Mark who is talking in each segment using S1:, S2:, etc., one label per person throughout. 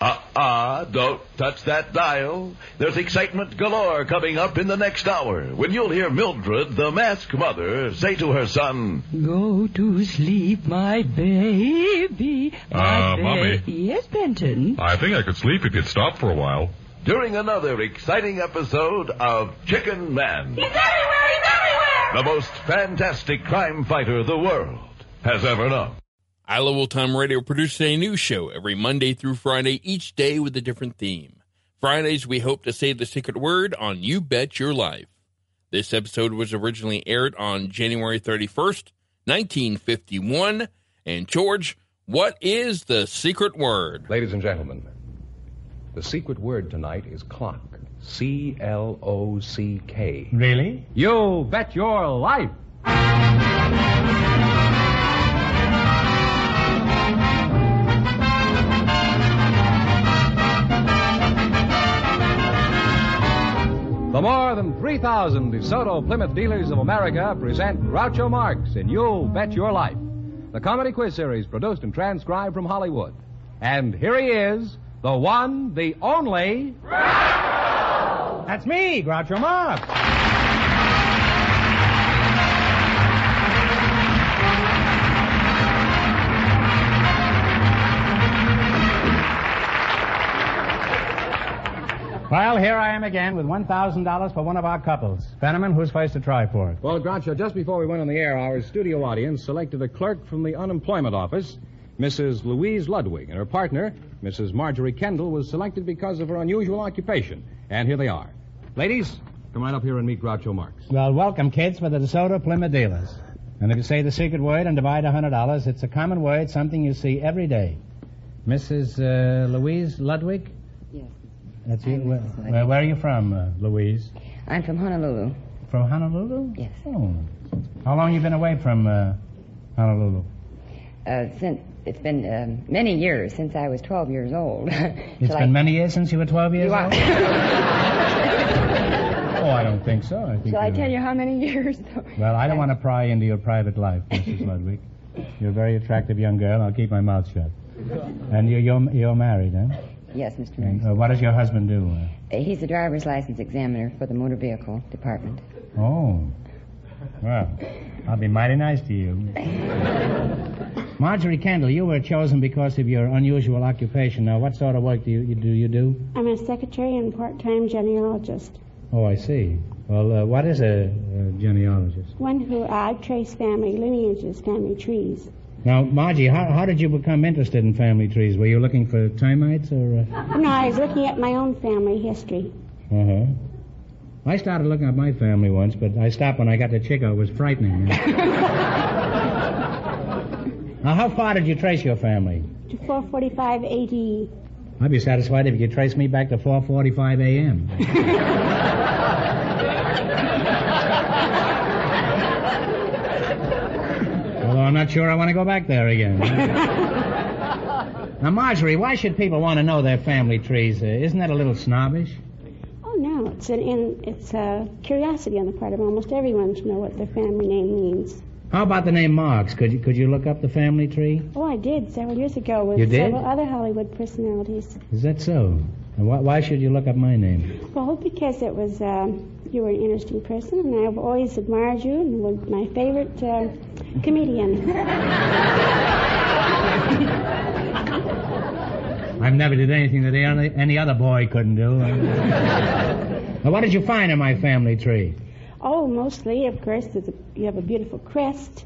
S1: Uh-uh, don't touch that dial. There's excitement galore coming up in the next hour when you'll hear Mildred, the mask mother, say to her son,
S2: Go to sleep, my baby. My
S3: Uh,
S2: ba-
S3: Mommy.
S2: Yes, Benton.
S3: I think I could sleep if you'd stop for a while.
S1: during another exciting episode of Chicken Man. He's everywhere! He's everywhere! The most fantastic crime fighter the world has ever known.
S4: I Love Old Time Radio produces a new show every Monday through Friday, each day with a different theme. Fridays, we hope to say the secret word on You Bet Your Life. This episode was originally aired on January 31st, 1951. And, George, what is the secret word?
S5: Ladies and gentlemen, the secret word tonight is clock. C L O C K.
S6: Really?
S5: You bet your life. The more than 3,000 DeSoto Plymouth dealers of America present Groucho Marx in You Bet Your Life, the comedy quiz series produced and transcribed from Hollywood. And here he is, the one, the only.
S6: That's me, Groucho Marx. Well, here I am again with $1,000 for one of our couples. Fenneman, who's first to try for it?
S5: Well, Groucho, just before we went on the air, our studio audience selected a clerk from the unemployment office. Mrs. Louise Ludwig and her partner, Mrs. Marjorie Kendall, was selected because of her unusual occupation. And here they are. Ladies, come right up here and meet Groucho Marx.
S6: Well, welcome, kids, for the DeSoto Plymouth dealers. And if you say the secret word and divide $100, it's a common word, something you see every day. Mrs. Uh, Louise Ludwig?
S7: Yes.
S6: That's you.
S7: I'm
S6: Where,
S7: Mrs. Ludwig.
S6: where, where are you from, uh, Louise?
S7: I'm from Honolulu.
S6: From Honolulu?
S7: Yes.
S6: Oh. How long you been away from uh, Honolulu?
S7: Uh, since it's been um, many years since I was 12 years old.
S6: It's been many years since you were 12 years
S7: You are-
S6: old? Oh, I don't think so. I think
S7: Shall I
S6: you're-
S7: tell you how many years?
S6: Well, I don't want to pry into your private life, Mrs. Ludwig. You're a very attractive young girl. I'll keep my mouth shut. And you, you're, you're married, huh?
S7: Yes, Mr.
S6: And,
S7: Murray.
S6: uh, what does your husband do?
S7: Uh, He's the driver's license examiner for the motor vehicle department.
S6: Uh, oh. Well, I'll be mighty nice to you. Marjorie Kendall, you were chosen because of your unusual occupation. Now, what sort of work do you, you do? You do?
S8: I'm a secretary and part-time genealogist,
S6: Oh, I see. Well, uh, what is a, a genealogist?
S8: one who uh, trace family lineages, family trees.
S6: Now, Margie, how, how did you become interested in family trees? Were you looking for termites or? Uh...
S8: No, I was looking at my own family history.
S6: Uh huh. Mm-hmm. I started looking at my family once, but I stopped when I got to Chico. It was frightening. now, how far did you trace your family?
S8: To 445 AD.
S6: I'd be satisfied if you could trace me back to 4:45 a.m. Although I'm not sure I want to go back there again.
S8: Oh,
S6: now, Marjorie, why should people want to know their family trees? Uh, isn't that a little snobbish?
S8: Oh no, it's an in, it's a curiosity on the part of almost everyone to know what their family name means.
S6: How about the name Marks? Could you could you look up the family tree?
S8: Oh, I did several years ago with
S6: You did?
S8: several other Hollywood personalities.
S6: Is that so? And why, why should you look up my name?
S8: Well, because it was um, you were an interesting person, and I've always admired you, and were my favorite uh, comedian.
S6: I I've never did anything that any any other boy couldn't do. now, what did you find in my family tree?
S8: Oh, mostly, of course, there's a, you have a beautiful crest.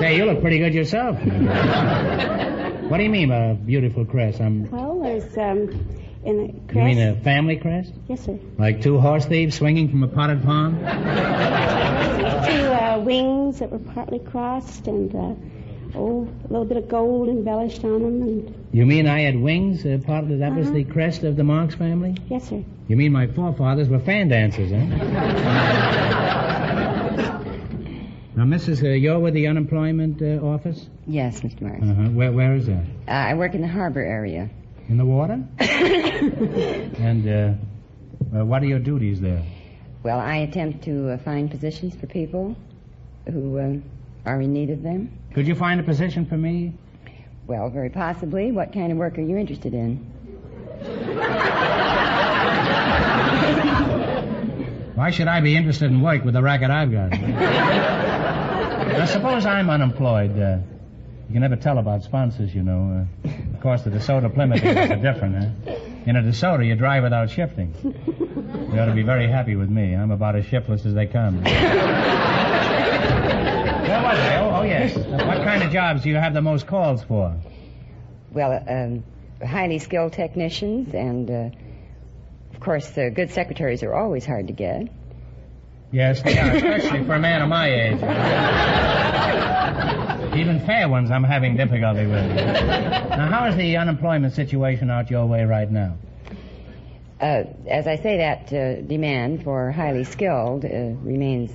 S6: Say, you look pretty good yourself. what do you mean by a beautiful crest? I'm,
S8: Well, there's um, in a crest.
S6: you mean a family crest?
S8: Yes, sir.
S6: Like two horse thieves swinging from a potted palm?
S8: Two uh, wings that were partly crossed and uh, oh, a little bit of gold embellished on them. And
S6: You mean I had wings? Uh, part of, that was the crest of the Marx family?
S8: Uh-huh. yes, sir.
S6: You mean my forefathers were fan dancers, eh? huh? now, Mrs., uh, you're with the unemployment uh, office?
S7: Yes, Mr. Morris.
S6: Uh-huh. Where, where is that?
S7: Uh, I work in the harbor area.
S6: In the water? and uh, uh, what are your duties there?
S7: Well, I attempt to uh, find positions for people who uh, are in need of them.
S6: Could you find a position for me?
S7: Well, very possibly. What kind of work are you interested in?
S6: Why should I be interested in work with the racket I've got? now, suppose I'm unemployed. Uh, you can never tell about sponsors, you know. Uh, of course, the DeSoto Plymouth is different, huh? In a DeSoto, you drive without shifting. You ought to be very happy with me. I'm about as shiftless as they come. Where was I? Oh, oh, yes. What kind of jobs do you have the most calls for?
S7: Well, uh, um, highly skilled technicians, and uh, of course, uh, good secretaries are always hard to get.
S6: Yes, they are, especially for a man of my age. Even fair ones I'm having difficulty with. Now, how is the unemployment situation out your way right now?
S7: Uh, as I say, that uh, demand for highly skilled uh, remains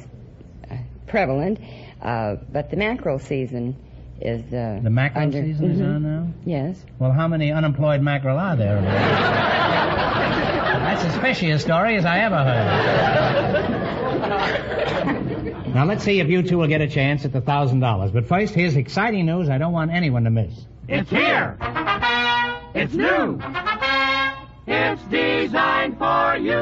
S7: uh, prevalent, uh, but the mackerel season is uh,
S6: The mackerel
S7: under-
S6: season is
S7: Mhm.
S6: on now?
S7: Yes.
S6: Well, how many unemployed mackerel are there? That's as fishy a story as I ever heard. Now, let's see if you two will get a chance at the $1,000. But first, here's exciting news I don't want anyone to miss.
S2: It's here. It's new. It's designed for you.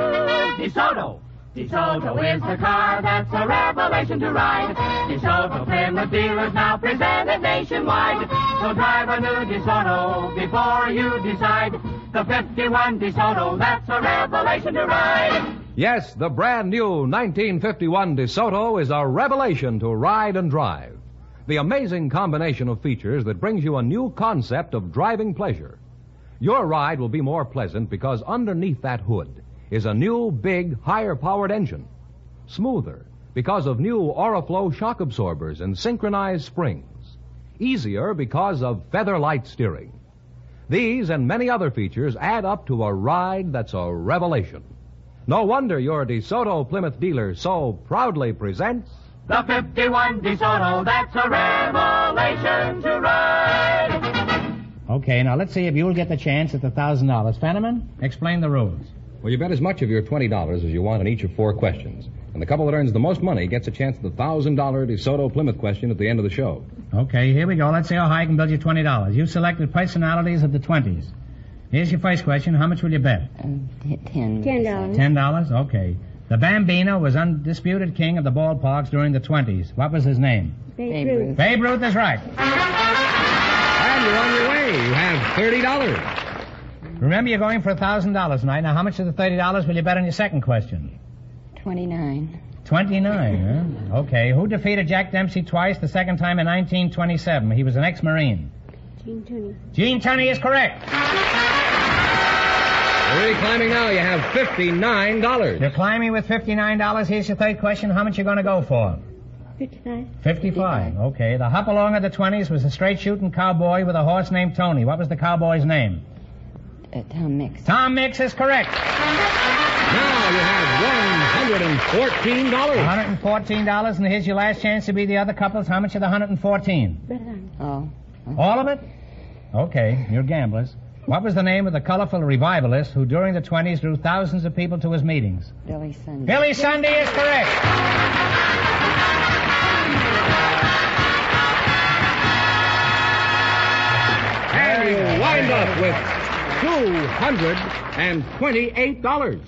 S2: DeSoto. DeSoto is the car that's a revelation to ride. DeSoto Plymouth dealers now presented nationwide. So drive a new DeSoto before you decide. The 51 DeSoto that's a revelation to ride.
S5: Yes, the brand new 1951 DeSoto is a revelation to ride and drive. The amazing combination of features that brings you a new concept of driving pleasure. Your ride will be more pleasant because underneath that hood is a new, big, higher powered engine. Smoother because of new Oriflow shock absorbers and synchronized springs. Easier because of feather light steering. These and many other features add up to a ride that's a revelation. No wonder your DeSoto Plymouth dealer so proudly presents.
S2: The 51 DeSoto that's a revelation to ride.
S6: Okay, now let's see if you'll get the chance at the thousand dollars. Fenneman, explain the rules.
S5: Well, you bet as much of your $20 as you want on each of four questions. And the couple that earns the most money gets a chance at the $1,000 DeSoto Plymouth question at the end of the show.
S6: Okay, here we go. Let's see how high I can build you twenty dollars. You selected personalities of the twenties. Here's your first question. How much will you bet?
S7: Um, t- ten.
S8: Ten dollars.
S6: Ten dollars? Okay. The Bambino was undisputed king of the ballparks during the twenties. What was his name?
S8: Babe
S7: Babe
S8: Ruth.
S6: Babe Ruth is right.
S5: And you're on your way. You have $30.
S6: Remember, you're going for thousand dollars tonight. Now, how much of the thirty dollars will you bet on your second question?
S7: Twenty-nine.
S6: Twenty-nine. huh? Okay. Who defeated Jack Dempsey twice? The second time in 1927. He was an ex-marine.
S8: Gene Tooney.
S6: Gene Tunney is correct.
S5: Already climbing now. You have $59.
S6: You're climbing with $59. Here's your third question. How much you going to go for?
S8: Fifty-five.
S6: 55. Okay. The hop-along of the 20s was a straight-shooting cowboy with a horse named Tony. What was the cowboy's name?
S7: Uh, Tom Mix.
S6: Tom Mix is correct.
S5: Now you have $114.
S6: $114, and here's your last chance to be the other couples. How much of the 114?
S8: Red Arm.
S7: Oh.
S6: All of it? Okay. You're gamblers. What was the name of the colorful revivalist who during the 20s drew thousands of people to his meetings?
S7: Billy Sunday.
S6: Billy Sunday is correct.
S5: And you wind up with $228.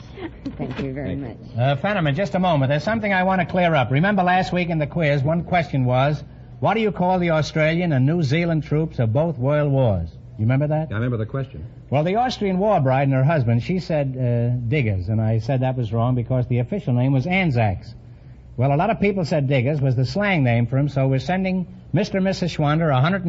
S7: Thank you very much.
S6: Uh, Fenneman, just a moment. There's something I want to clear up. Remember last week in the quiz, one question was, What do you call the Australian and New Zealand troops of both world wars? You remember that?
S9: I remember the question.
S6: Well, the Austrian war bride and her husband, she said uh, diggers, and I said that was wrong because the official name was Anzacs. Well, a lot of people said diggers was the slang name for him, so we're sending Mr. and Mrs. Schwander $180.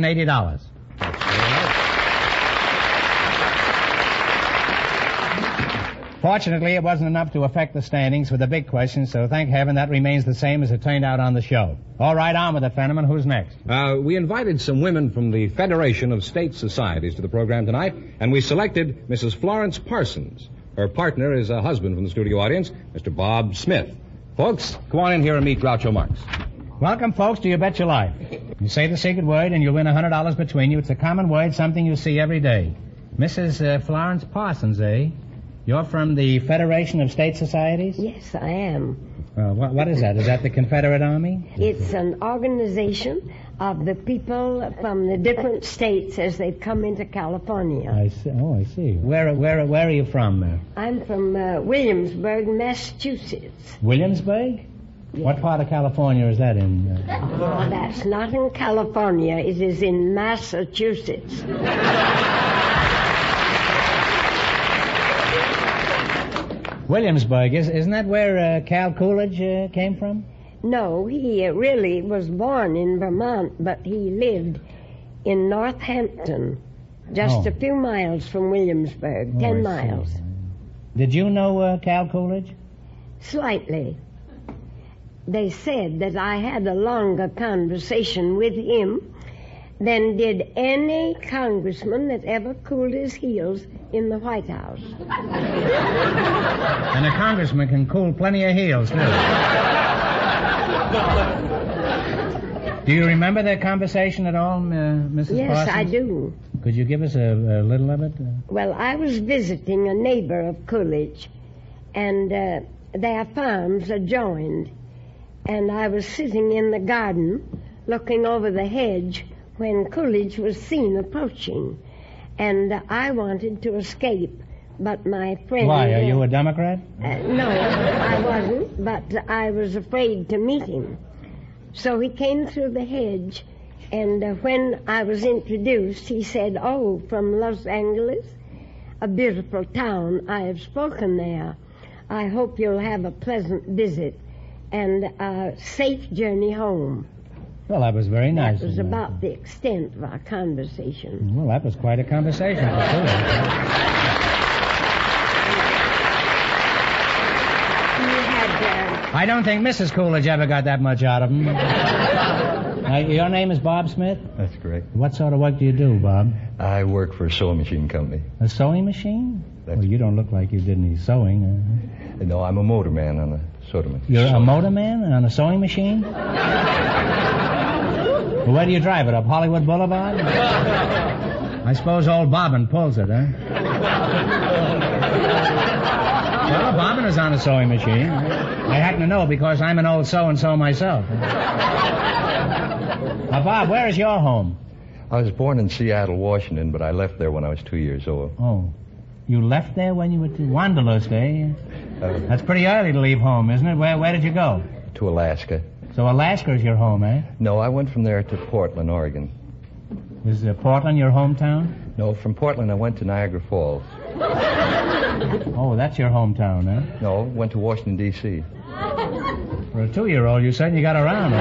S6: Fortunately, it wasn't enough to affect the standings for the big question, so thank heaven that remains the same as it turned out on the show. All right, on with it, Fenneman. Who's next?
S9: Uh, we invited some women from the Federation of State Societies to the program tonight, and we selected Mrs. Florence Parsons. Her partner is a husband from the studio audience, Mr. Bob Smith. Folks, come on in here and meet Groucho Marx.
S6: Welcome, folks, to You Bet Your Life. You say the secret word, and you'll win $100 between you. It's a common word, something you see every day. Mrs. Uh, Florence Parsons, eh? You're from the Federation of State Societies?
S10: Yes, I am.
S6: Uh, what, what is that? Is that the Confederate Army?
S10: It's an organization of the people from the different states as they've come into California.
S6: I see. Oh, I see. Where, where, where are you from? Uh,
S10: I'm from uh, Williamsburg, Massachusetts.
S6: Williamsburg? What part of California is that in? Uh,
S10: Oh, that's not in California. It is in Massachusetts.
S6: Williamsburg, is, isn't that where uh, Cal Coolidge uh, came from?
S10: No, he uh, really was born in Vermont, but he lived in Northampton, just
S6: Oh.
S10: a few miles from Williamsburg,
S6: Oh, I
S10: ten
S6: see.
S10: miles,
S6: Did you know uh, Cal Coolidge?
S10: slightly. They said that I had a longer conversation with him than did any congressman that ever cooled his heels in the White House.
S6: And a congressman can cool plenty of heels, too. Do you remember that conversation at all, m- uh, Mrs.
S10: Yes, I
S6: Parsons?
S10: do.
S6: Could you give us a, a little of it? Uh,
S10: Well, I was visiting a neighbor of Coolidge, and uh, their farms adjoined. And I was sitting in the garden looking over the hedge when Coolidge was seen approaching. And I wanted to escape, but my friend.
S6: Why, are you a Democrat?
S10: Uh, no, I wasn't, but I was afraid to meet him. So he came through the hedge, and uh, when I was introduced, he said, Oh, from Los Angeles? A beautiful town. I have spoken there. I hope you'll have a pleasant visit and a safe journey home.
S6: Well, that was very nice.
S10: That was
S6: of you.
S10: about the extent of our conversation.
S6: Well, that was quite a conversation. for sure.
S10: He had. Uh,
S6: I don't think Mrs. Coolidge ever got that much out of him. Uh, your name is Bob Smith?
S11: That's correct.
S6: What sort of work do you do, Bob?
S11: I work for a sewing machine company.
S6: A sewing machine? well, you don't look like you did any sewing. Uh,
S11: No, I'm a motorman on a sort of a-
S6: you're a motor man on a sewing machine? Well, where do you drive it? Up Hollywood Boulevard? I suppose old Bobbin pulls it, huh? Well, Bobbin is on a sewing machine. I happen to know because I'm an old so-and-so myself. Now, Bob, where is your home?
S11: I was born in Seattle, Washington, but I left there when I was two years old.
S6: Oh, you left there when you were to Wanderlust,
S11: Uh,
S6: eh? That's pretty early to leave home, isn't it? Where, where did you go?
S11: To Alaska.
S6: So Alaska is your home, eh?
S11: No, I went from there to Portland, Oregon.
S6: Is uh, Portland your hometown?
S11: No, from Portland I went to Niagara Falls.
S6: Oh, that's your hometown, eh?
S11: No, went to Washington, D.C.
S6: For a two-year-old, you certainly got around.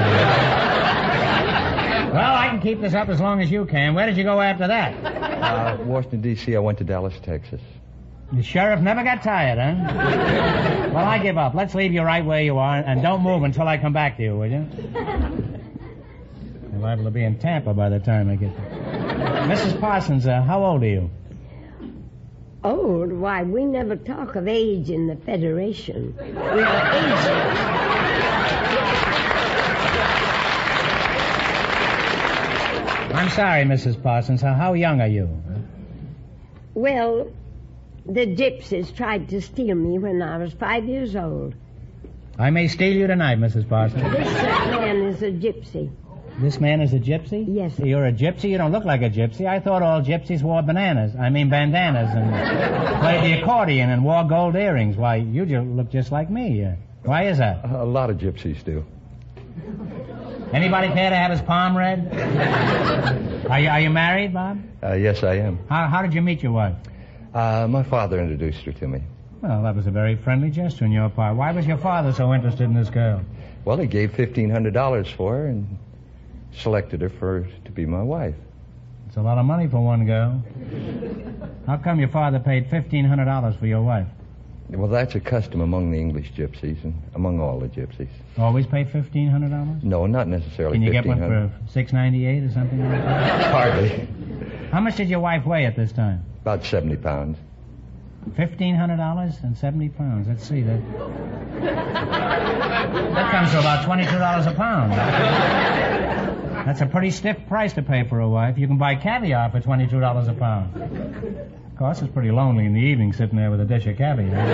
S6: well, I can keep this up as long as you can. Where did you go after that?
S11: Uh, Washington, D.C., I went to Dallas, Texas.
S6: The sheriff never got tired, huh? Well, I give up. Let's leave you right where you are, and don't move until I come back to you, will you? You're liable to be in Tampa by the time I get there. Mrs. Parsons, uh, how old are you?
S10: Old? Oh, Why, we never talk of age in the Federation. We are ageless.
S6: I'm sorry, Mrs. Parsons. Uh, How- How young are you?
S10: Well, the gypsies tried to steal me when I was five years old.
S6: I may steal you tonight, Mrs. Parsons.
S10: This man is a gypsy.
S6: This man is a gypsy? Yes. You're a gypsy? You don't look like a gypsy. I thought all gypsies wore bananas. I mean bandanas and played the accordion and wore gold earrings. Why, you ju- look just like me. Uh, Why is that?
S11: A lot of gypsies do.
S6: Anybody care to have his palm read? Are you, are you married, Bob?
S11: Uh, yes, I am.
S6: How, how did you meet your wife?
S11: Uh, my father introduced her to me.
S6: Well, that was a very friendly gesture on your part. Why was your father so interested in this girl?
S11: Well, he gave $1,500 for her and selected her for to be my wife.
S6: It's a lot of money for one girl. How come your father paid $1,500 for your wife?
S11: Well, that's a custom among the English gypsies and among all the gypsies.
S6: Always pay $1,500?
S11: No, not necessarily.
S6: Can you get one
S11: 1500.
S6: for six ninety eight or something like that?
S11: Hardly.
S6: How much did your wife weigh at this time?
S11: About 70 pounds.
S6: Fifteen hundred dollars and seventy pounds. Let's see that. That comes to about twenty-two dollars a pound. That's a pretty stiff price to pay for a wife. You can buy caviar for twenty-two dollars a pound. Of course, it's pretty lonely in the evening sitting there with a dish of caviar.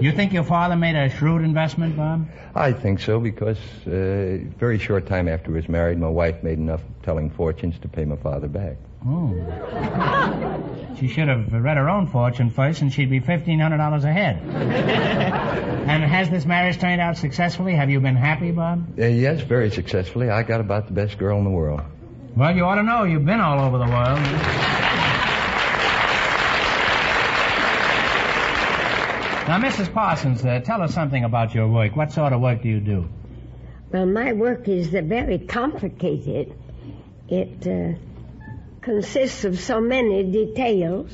S6: You think your father made a shrewd investment, Bob?
S11: I think so because uh, very short time after we was married, my wife made enough telling fortunes to pay my father back.
S6: Oh. She should have read her own fortune first, and she'd be fifteen hundred dollars ahead. and has this marriage turned out successfully? Have you been happy, Bob?
S11: Uh, yes, very successfully. I got about the best girl in the world.
S6: Well, you ought to know. You've been all over the world. Now, Mrs. Parsons, uh, tell us something about your work. What sort of work do you do?
S10: Well, my work is uh, very complicated. It uh, consists of so many details.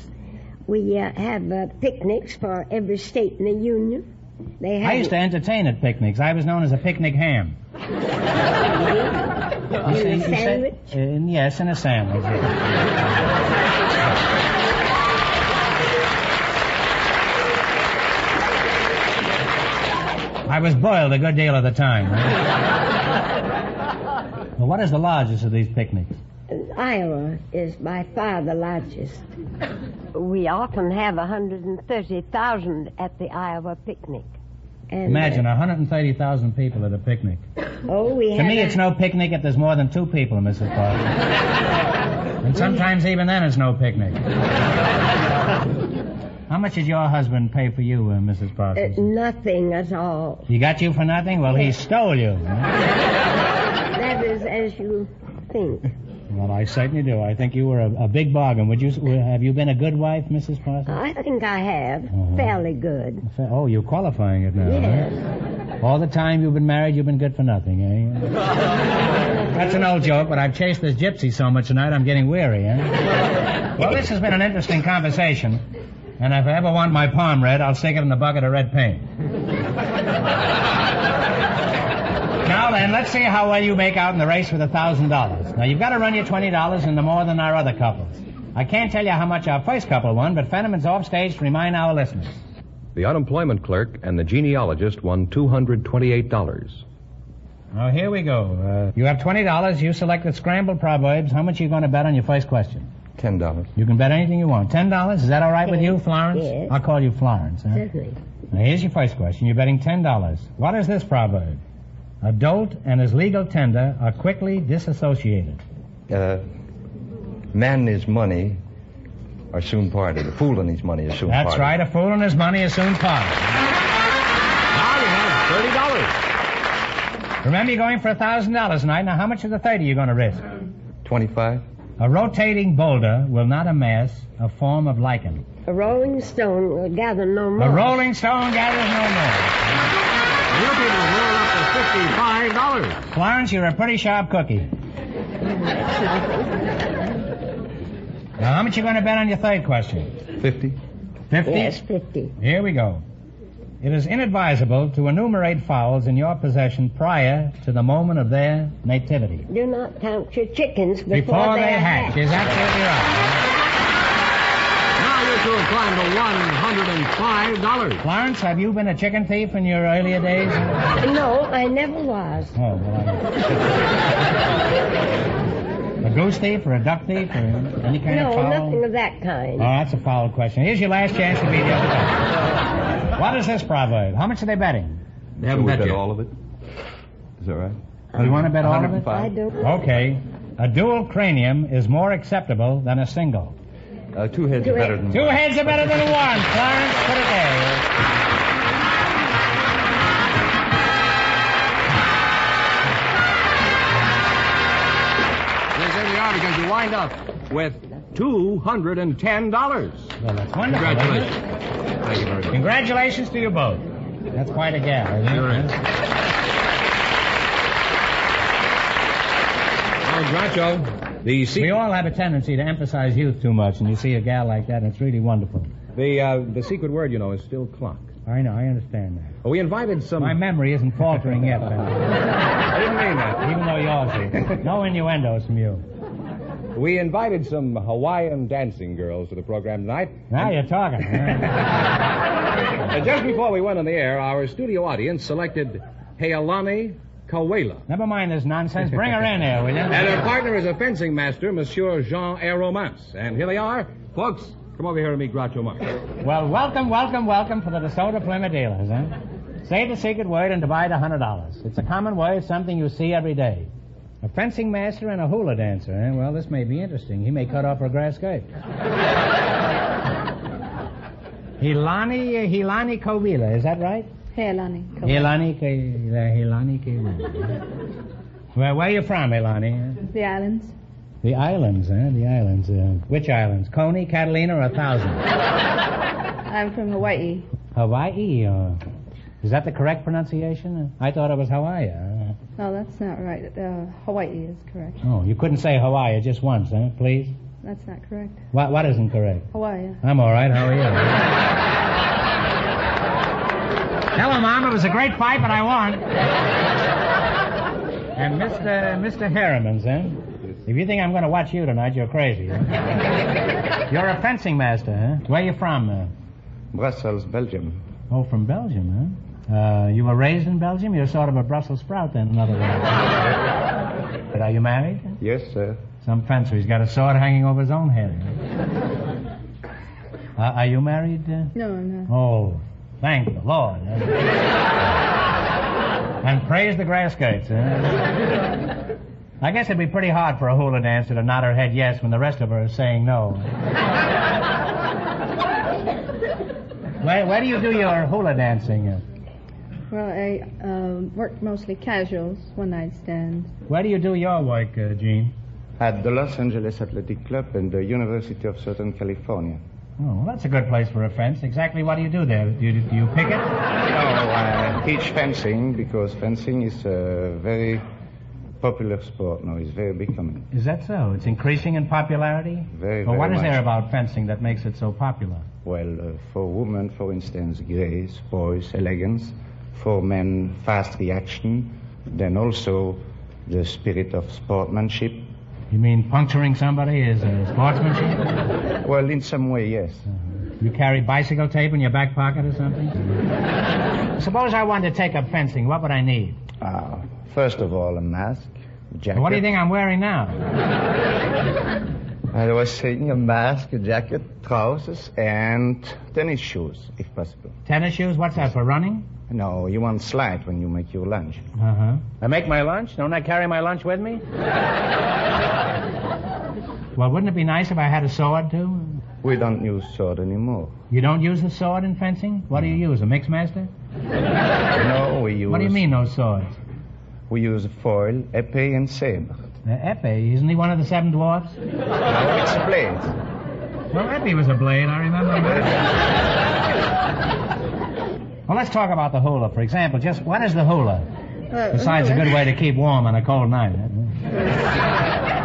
S10: We uh, have uh, picnics for every state in the union. They have
S6: I used to entertain at picnics. I was known as a picnic ham. You
S10: in
S6: see-
S10: a
S6: you say-
S10: sandwich.
S6: Uh, yes, in a sandwich. I was boiled a good deal of the time. Well, what is the largest of these picnics?
S10: Iowa is by far the largest. We often have 130,000 at the Iowa picnic. And, uh,
S6: Imagine 130,000 people at a picnic.
S10: Oh, we
S6: To
S10: have
S6: me,
S10: a-
S6: it's no picnic if there's more than two people, Mrs. Parker. And sometimes even then it's no picnic. How much did your husband pay for you, uh, Mrs. Parker?
S10: uh, nothing at all.
S6: He got you for nothing? Well, he stole you.
S10: That is as you think.
S6: Well, I certainly do. I think you were a, a big bargain. Would you? Have you been a good wife, Mrs. Parsons?
S10: I think I have.
S6: Uh-huh.
S10: Fairly good.
S6: Oh, you're qualifying it now. huh? All the time you've been married, you've been good for nothing, eh? That's an old joke, but I've chased this gypsy so much tonight I'm getting weary, eh? Well, this has been an interesting conversation, and if I ever want my palm red, I'll stick it in a bucket of red paint. Now then, let's see how well you make out in the race with a thousand dollars. Now you've got to run your twenty dollars into more than our other couples. I can't tell you how much our first couple won, but Fenneman's off stage to remind our listeners.
S5: The unemployment clerk and the genealogist won $228.
S6: Now Oh, here we go. Uh, you have twenty dollars. You selected scrambled proverbs. How much are you going to bet on your first question?
S11: Ten dollars.
S6: You can bet anything you want. Ten dollars. Is that all right with you, Florence?
S11: Yes.
S6: I'll call you Florence. Huh?
S10: Certainly.
S6: Now here's your first question. You're betting ten dollars. What is this proverb? Adult and his legal tender are quickly disassociated.
S11: Uh, man and his money are soon parted. A fool and his money are soon
S6: That's
S11: parted.
S6: right. A fool and his money is soon parted.
S5: Thirty dollars.
S6: Remember, you're going for a thousand dollars tonight. Now, how much of the thirty are you going to risk?
S11: Twenty-five.
S6: A rotating boulder will not amass a form of lichen.
S10: A rolling stone uh, will gather no more.
S6: The rolling stone gathers no more.
S5: You'll be able to roll up to fifty-five dollars.
S6: Florence, you're a pretty sharp cookie. Now, how much you going to bet on your third question?
S11: Fifty.
S6: Fifty.
S10: Yes, 50.
S6: Here we go. It is inadvisable to enumerate fowls in your possession prior to the moment of their nativity.
S10: Do not count your chickens before,
S6: Before, they
S10: are
S6: hatch. Is absolutely right.
S5: Now you're to have climbed to one hundred and five dollars.
S6: Florence, have you been a chicken thief in your earlier days?
S10: No, I never was.
S6: Oh, well, I... A goose thief or a duck thief or any kind
S10: no,
S6: of fowl?
S10: nothing of that kind.
S6: Oh, that's a foul question. Here's your last chance to beat the other guy. What is this proverb? How much are they betting?
S11: They
S5: haven't bet
S11: bet
S5: yet.
S11: all of it. Is that right?
S6: Do you want to bet all of it?
S11: 105. I
S10: don't.
S6: Okay. A dual cranium is more acceptable than a single.
S11: Uh, two heads
S6: Two
S11: are better than
S6: Two
S11: one.
S6: heads are better than one. Clarence, put it there.
S5: now because you wind up with $210.
S6: Well, that's wonderful.
S5: Congratulations.
S6: isn't it?
S5: Thank you very much.
S6: Congratulations to you both. That's quite a gap.
S5: Sure is. Groucho, the
S6: we all have a tendency to emphasize youth too much, and you see a gal like that, and it's really wonderful.
S5: The uh, the secret word, you know, is still clock.
S6: I know, I understand that.
S5: Well, we invited some.
S6: My memory isn't faltering yet, Ben.
S5: I didn't mean that.
S6: Even though yours is. No innuendos from you.
S5: We invited some Hawaiian dancing girls to the program tonight.
S6: Now you're talking.
S5: Uh, just before we went on the air, our studio audience selected Heilani Kawela.
S6: Never mind this nonsense. Bring her in here, will you?
S5: And her partner is a fencing master, Monsieur Jean Aeromance. And here they are. Folks, come over here and meet Groucho Marx.
S6: Well, welcome, welcome, welcome for the DeSoto Plymouth dealers, huh? Say the secret word and divide a hundred dollars. It's a common word, something you see every day. A fencing master and a hula dancer, eh? Well, this may be interesting. He may cut off her grass skirt. Hilani, Hilani Kovila, is that right?
S12: Hey, Lonnie. Come on.
S6: Hilani, K- Hilani Kovila. Where, where are you from, Hilani?
S12: The islands.
S6: The islands, eh? The islands. Uh, which islands? Coney, Catalina, or a thousand?
S12: I'm from Hawaii.
S6: Hawaii, or... Is that the correct pronunciation? I thought it was Hawaii. Uh,
S12: No, that's not right. Uh, Hawaii is correct.
S6: oh, you couldn't say Hawaii just once, huh? Please?
S12: That's not correct.
S6: What, what isn't correct?
S12: Hawaii.
S6: I'm all right. How are you? Hello, Mom. It was a great fight, but I won. And Mr. Mr. Harriman's, eh? If you think I'm going to watch you tonight, you're crazy. huh? You're a fencing master, huh? Where you from? Uh?
S11: Brussels, Belgium.
S6: Oh, from Belgium, huh? Uh, you were raised in Belgium? You're sort of a Brussels sprout, then, in other words. but are you married?
S11: Yes, sir.
S6: Some fencer. He's got a sword hanging over his own head. Uh, are you married? Uh?
S12: No, I'm not.
S6: Oh, thank the Lord. and praise the grass skirts. Huh? I guess it'd be pretty hard for a hula dancer to nod her head yes when the rest of her is saying no. Where, where do you do your hula dancing? uh?
S12: Well, I um, work mostly casuals, one night stands.
S6: Where do you do your work, uh, Gene?
S11: At the Los Angeles Athletic Club and the University of Southern California.
S6: Oh, well, that's a good place for a fence. Exactly what do you do there? Do you, do you pick
S11: Oh,
S6: it?
S11: No,
S6: uh,
S11: I teach fencing because fencing is a very popular sport now. It's very becoming.
S6: Is that so? It's increasing in popularity?
S11: Very,
S6: well,
S11: very
S6: what is
S11: much.
S6: there about fencing that makes it so popular?
S11: Well, uh, for women, for instance, grace, poise, elegance. For men, fast reaction. Then also the spirit of sportsmanship.
S6: You mean puncturing somebody is uh, sportsmanship? Uh-huh.
S11: Well, in some way, yes.
S6: You carry bicycle tape in your back pocket or something? Suppose I wanted to take up fencing, what would I need?
S11: Uh,
S6: Ah,
S11: first of all, a mask, a jacket.
S6: What do you think I'm wearing now?
S11: I was saying a mask, a jacket, trousers, and tennis shoes, if possible.
S6: Tennis shoes? What's that for running?
S11: No, you want slide when you make your lunch.
S6: Uh huh. I make my lunch. Don't I carry my lunch with me? well, wouldn't it be nice if I had a sword too?
S11: We don't use sword anymore.
S6: You don't use a sword in fencing? What do you use? A mix master?
S11: No, we use.
S6: What do you mean, no swords?
S11: We use foil, épée, and sabre.
S6: Uh, Epe, isn't he one of the seven dwarfs?
S11: Now it's blades.
S6: Well, Epi was a blade, I remember. well, let's talk about the hula. For example, just what is the hula?
S12: Uh,
S6: Besides a good way to keep warm on a cold night.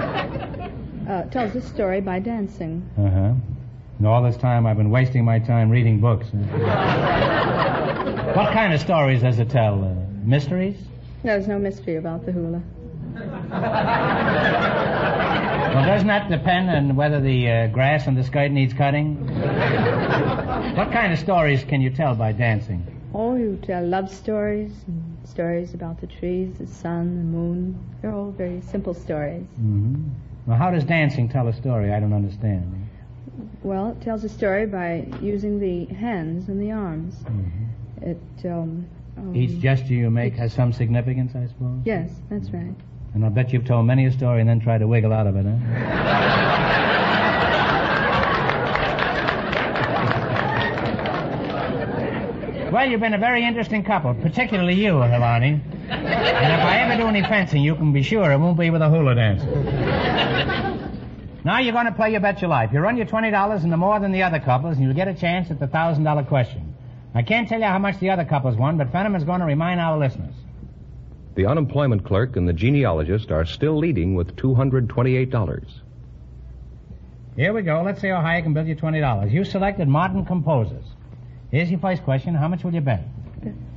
S12: Uh, tells a story by dancing.
S6: Uh huh. And all this time I've been wasting my time reading books. what kind of stories does it tell? Uh, mysteries?
S12: There's no mystery about the hula.
S6: Well, doesn't that depend on whether the uh, grass in the skirt needs cutting? what kind of stories can you tell by dancing?
S12: Oh, you tell love stories and stories about the trees, the sun, the moon. They're all very simple stories.
S6: hmm Well, how does dancing tell a story? I don't understand.
S12: Well, it tells a story by using the hands and the arms. It, um, um,
S6: Each gesture you make has some significance, I suppose.
S12: Yes, that's right.
S6: And I bet you've told many a story and then tried to wiggle out of it, huh? Well, you've been a very interesting couple, particularly you, Helani. And if I ever do any fencing, you can be sure it won't be with a hula dancer. Now you're going to play your bet your life. You run your $20 into more than the other couples, and you'll get a chance at the $1,000 question. I can't tell you how much the other couples won, but Fenneman's going to remind our listeners.
S9: The unemployment clerk and the genealogist are still leading with $228.
S6: Here we go. Let's see how high I can build you $20. You selected modern composers. Here's your first question. How much will you bet?
S11: $10.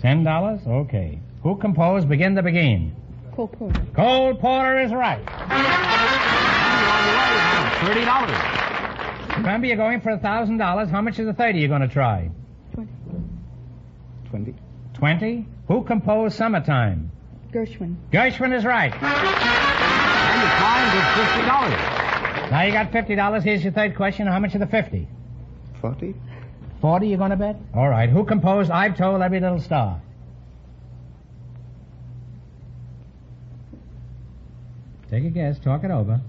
S12: Ten dollars.
S6: $10? Okay. Who composed Begin the Begin?
S12: Cole Porter.
S6: Cole Porter is right.
S2: Thirty dollars.
S6: Remember, you're going for $1,000. How much is the 30 you're going to try?
S11: 20.
S6: 20? Who composed Summertime?
S12: Gershwin.
S6: Gershwin is right.
S2: And the time was fifty dollars.
S6: Now you got $50. Here's your third question. How much of the 50?
S11: 40.
S6: 40 you're going to bet? All right. Who composed I've Told Every Little Star? Take a guess. Talk it over.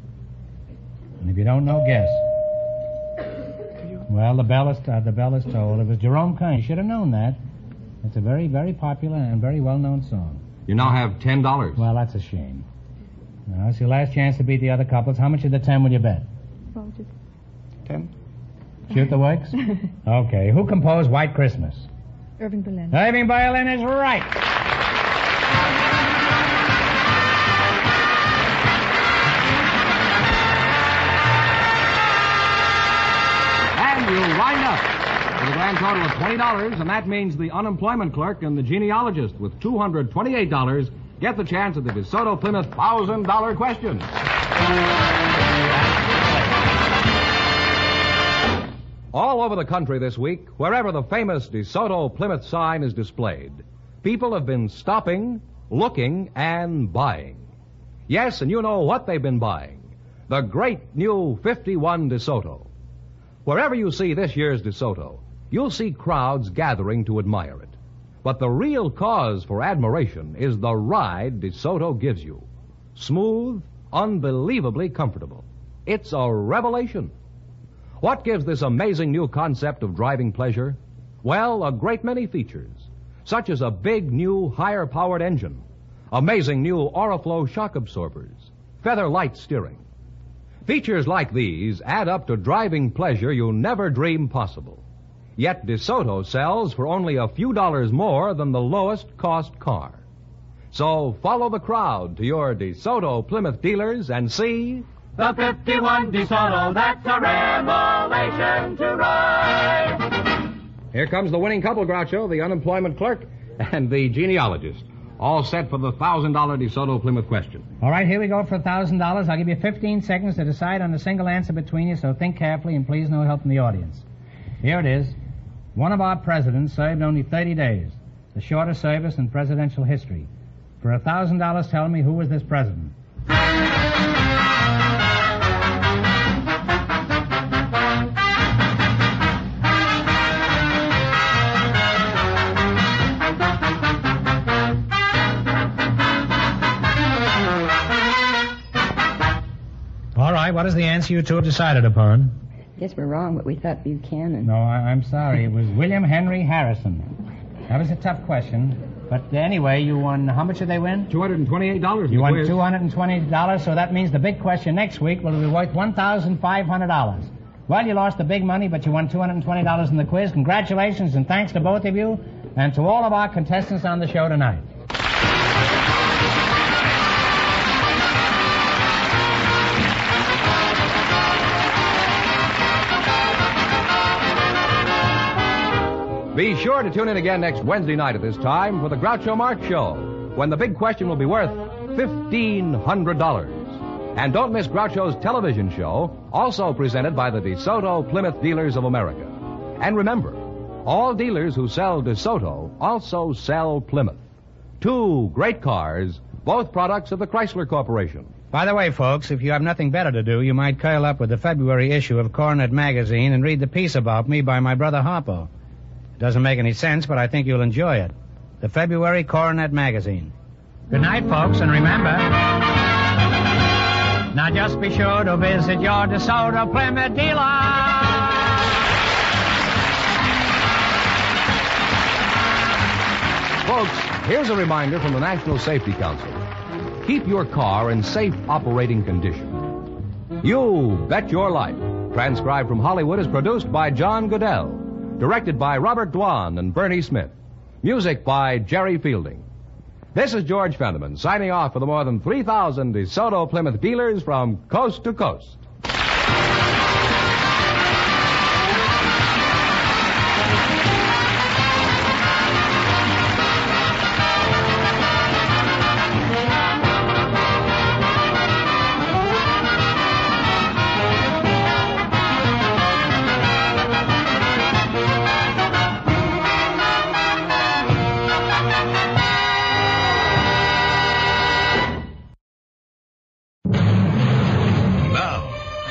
S6: And if you don't know, guess. Well, the bell is, uh, the bell is tolled. It was Jerome Kern. You should have known that. It's a very, very popular and very well-known song.
S5: You now have ten dollars.
S6: Well, that's a shame. Now, it's your last chance to beat the other couples. How much of the ten will you bet?
S12: Well, just
S11: 10.
S6: Shoot the works? okay. Who composed White Christmas?
S12: Irving Berlin.
S6: Irving Berlin is right.
S5: And you wind up with a grand total of $20, and that means the unemployment clerk and the genealogist with $228 get the chance at the DeSoto Plymouth $1,000 question. All over the country this week, wherever the famous DeSoto Plymouth sign is displayed, people have been stopping, looking, and buying. Yes, and you know what they've been buying. The great new 51 DeSoto. Wherever you see this year's DeSoto, you'll see crowds gathering to admire it. But the real cause for admiration is the ride DeSoto gives you. Smooth, unbelievably comfortable. It's a revelation. What gives this amazing new concept of driving pleasure? Well, a great many features, such as a big new higher powered engine, amazing new Oriflow shock absorbers, feather light steering. Features like these add up to driving pleasure you never dreamed possible. Yet DeSoto sells for only a few dollars more than the lowest cost car. So follow the crowd to your DeSoto Plymouth dealers and see
S2: The 51 DeSoto, that's a revelation to ride.
S5: Here comes the winning couple, Groucho, the unemployment clerk, and the genealogist. All set for the $1,000 DeSoto Plymouth question.
S6: All right, here we go for $1,000. I'll give you 15 seconds to decide on a single answer between you, so think carefully and please no help from the audience. Here it is. One of our presidents served only 30 days, the shortest service in presidential history. For $1,000, tell me who was this president? All right, what is the answer you two have decided upon?
S7: Guess we're wrong, but we thought Buchanan.
S6: No, I, I'm sorry. It was William Henry Harrison. That was a tough question. But anyway, you won. How much did they win?
S5: $228.
S6: You won $220, so that means the big question next week will be worth $1,500. Well, you lost the big money, but you won $220 in the quiz. Congratulations and thanks to both of you and to all of our contestants on the show tonight.
S5: Be sure to tune in again next Wednesday night at this time for the Groucho Marx Show, when the big question will be worth $1,500. And don't miss Groucho's television show, also presented by the DeSoto Plymouth Dealers of America. And remember, all dealers who sell DeSoto also sell Plymouth. Two great cars, both products of the Chrysler Corporation.
S6: By the way, folks, if you have nothing better to do, you might curl up with the February issue of Coronet Magazine and read the piece about me by my brother Harpo. It doesn't make any sense, but I think you'll enjoy it. The February Coronet Magazine. Good night, folks, and remember. Now just be sure to visit your DeSoto Plymouth dealer.
S5: Folks, here's a reminder from the National Safety Council. Keep your car in safe operating condition. You Bet Your Life, transcribed from Hollywood, is produced by John Goodell, directed by Robert Dwan and Bernie Smith, music by Jerry Fielding. This is George Fenneman signing off for the more than 3,000 DeSoto Plymouth dealers from coast to coast.
S1: Now,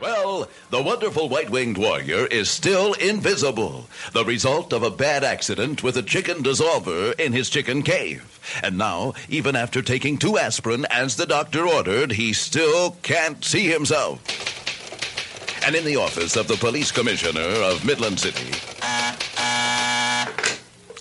S1: Well, the wonderful white winged warrior is still invisible, the result of a bad accident with a chicken dissolver in his chicken cave. And now, even after taking two aspirin as the doctor ordered, he still can't see himself. And in the office of the police commissioner of Midland City,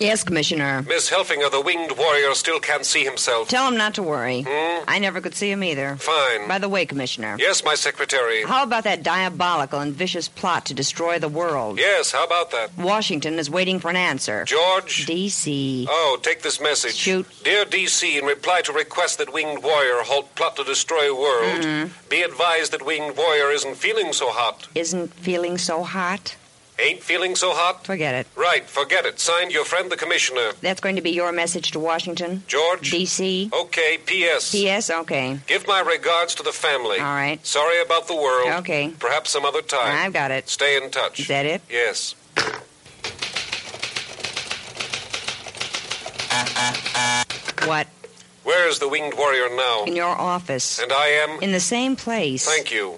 S13: Yes, Commissioner.
S14: Miss Helfinger, the winged warrior still can't see himself.
S13: Tell him not to worry. I never could see him either.
S14: Hmm? Fine.
S13: By the way, Commissioner.
S14: Yes, my secretary.
S13: How about that diabolical and vicious plot to destroy the world?
S14: Yes, how about that?
S13: Washington is waiting for an answer.
S14: George?
S13: D.C.
S14: Oh, take this message.
S13: Shoot.
S14: Dear DC, in reply to request that Winged Warrior halt plot to destroy world,
S13: Mhm.
S14: be advised that Winged Warrior isn't feeling so hot.
S13: Isn't feeling so hot?
S14: Ain't feeling so hot?
S13: Forget it.
S14: Right, forget it. Signed your friend the commissioner.
S13: That's going to be your message to Washington?
S14: George?
S13: D.C.?
S14: Okay, P.S.
S13: P.S.? Okay.
S14: Give my regards to the family.
S13: All right.
S14: Sorry about the world.
S13: Okay.
S14: Perhaps some other time.
S13: I've got it.
S14: Stay in touch.
S13: Is that it?
S14: Yes.
S13: What?
S14: Where is the winged warrior now?
S13: In your office.
S14: And I am.
S13: In the same place.
S14: Oh. Thank you.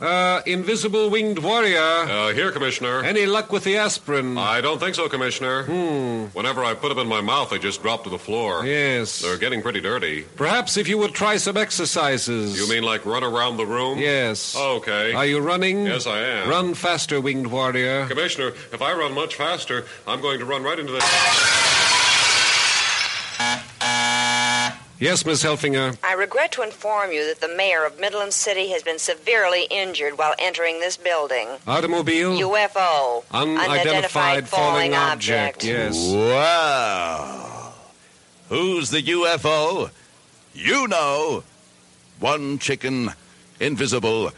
S14: Uh, invisible winged warrior.
S3: Uh, here, Commissioner.
S14: Any luck with the aspirin?
S3: I don't think so, Commissioner.
S14: Hmm.
S3: Whenever I put them in my mouth, they just drop to the floor.
S14: Yes.
S3: They're getting pretty dirty.
S14: Perhaps if you would try some exercises.
S3: You mean like run around the room?
S14: Yes.
S3: Okay.
S14: Are you running?
S3: Yes, I am.
S14: Run faster, winged warrior.
S3: Commissioner, if I run much faster, I'm going to run right into the.
S14: Yes, Miss Helfinger.
S13: I regret to inform you that the mayor of Midland City has been severely injured while entering this building.
S14: Automobile.
S13: UFO.
S14: Unidentified falling object. Yes.
S1: Wow. Who's the UFO? You know. One chicken, invisible,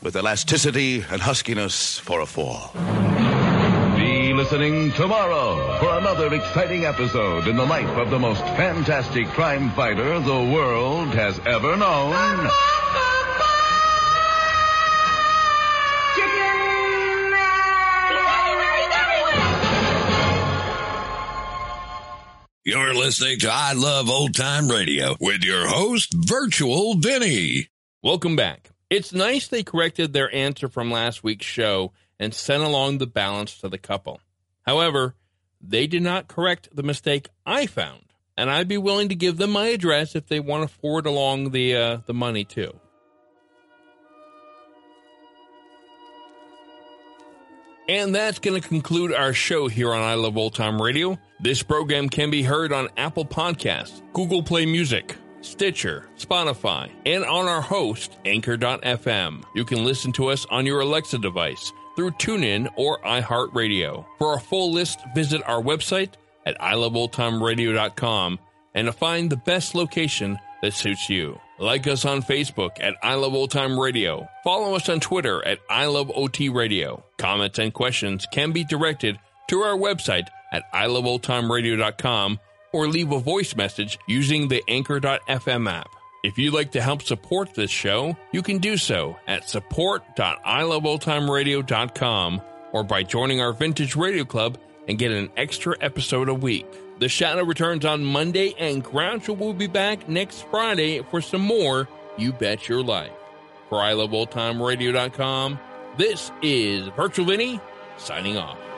S1: with elasticity and huskiness for a fall. Be listening tomorrow for another exciting episode in the life of the most fantastic crime fighter the world has ever known.
S15: You're listening to I Love Old Time Radio with your host, Virtual Vinny.
S4: Welcome back. It's nice they corrected their answer from last week's show and sent along the balance to the couple. However, they did not correct the mistake I found, and I'd be willing to give them my address if they want to forward along the uh, the money too. And that's going to conclude our show here on I Love Old Time Radio. This program can be heard on Apple Podcasts, Google Play Music, Stitcher, Spotify, and on our host, Anchor.fm. You can listen to us on your Alexa device through TuneIn or iHeartRadio. For a full list, visit our website at iloveoldtimeradio.com and to find the best location that suits you. Like us on Facebook at I Love Old Time Radio. Follow us on Twitter at I Love OT Radio. Comments and questions can be directed to our website at iloveoldtimeradio.com or leave a voice message using the anchor.fm app. If you'd like to help support this show, you can do so at support.iloveoldtimeradio.com or by joining our Vintage Radio Club and get an extra episode a week. The Shadow returns on Monday, and Groucho will be back next Friday for some more You Bet Your Life. For iloveoldtimeradio.com, this is Virtual Vinny signing off.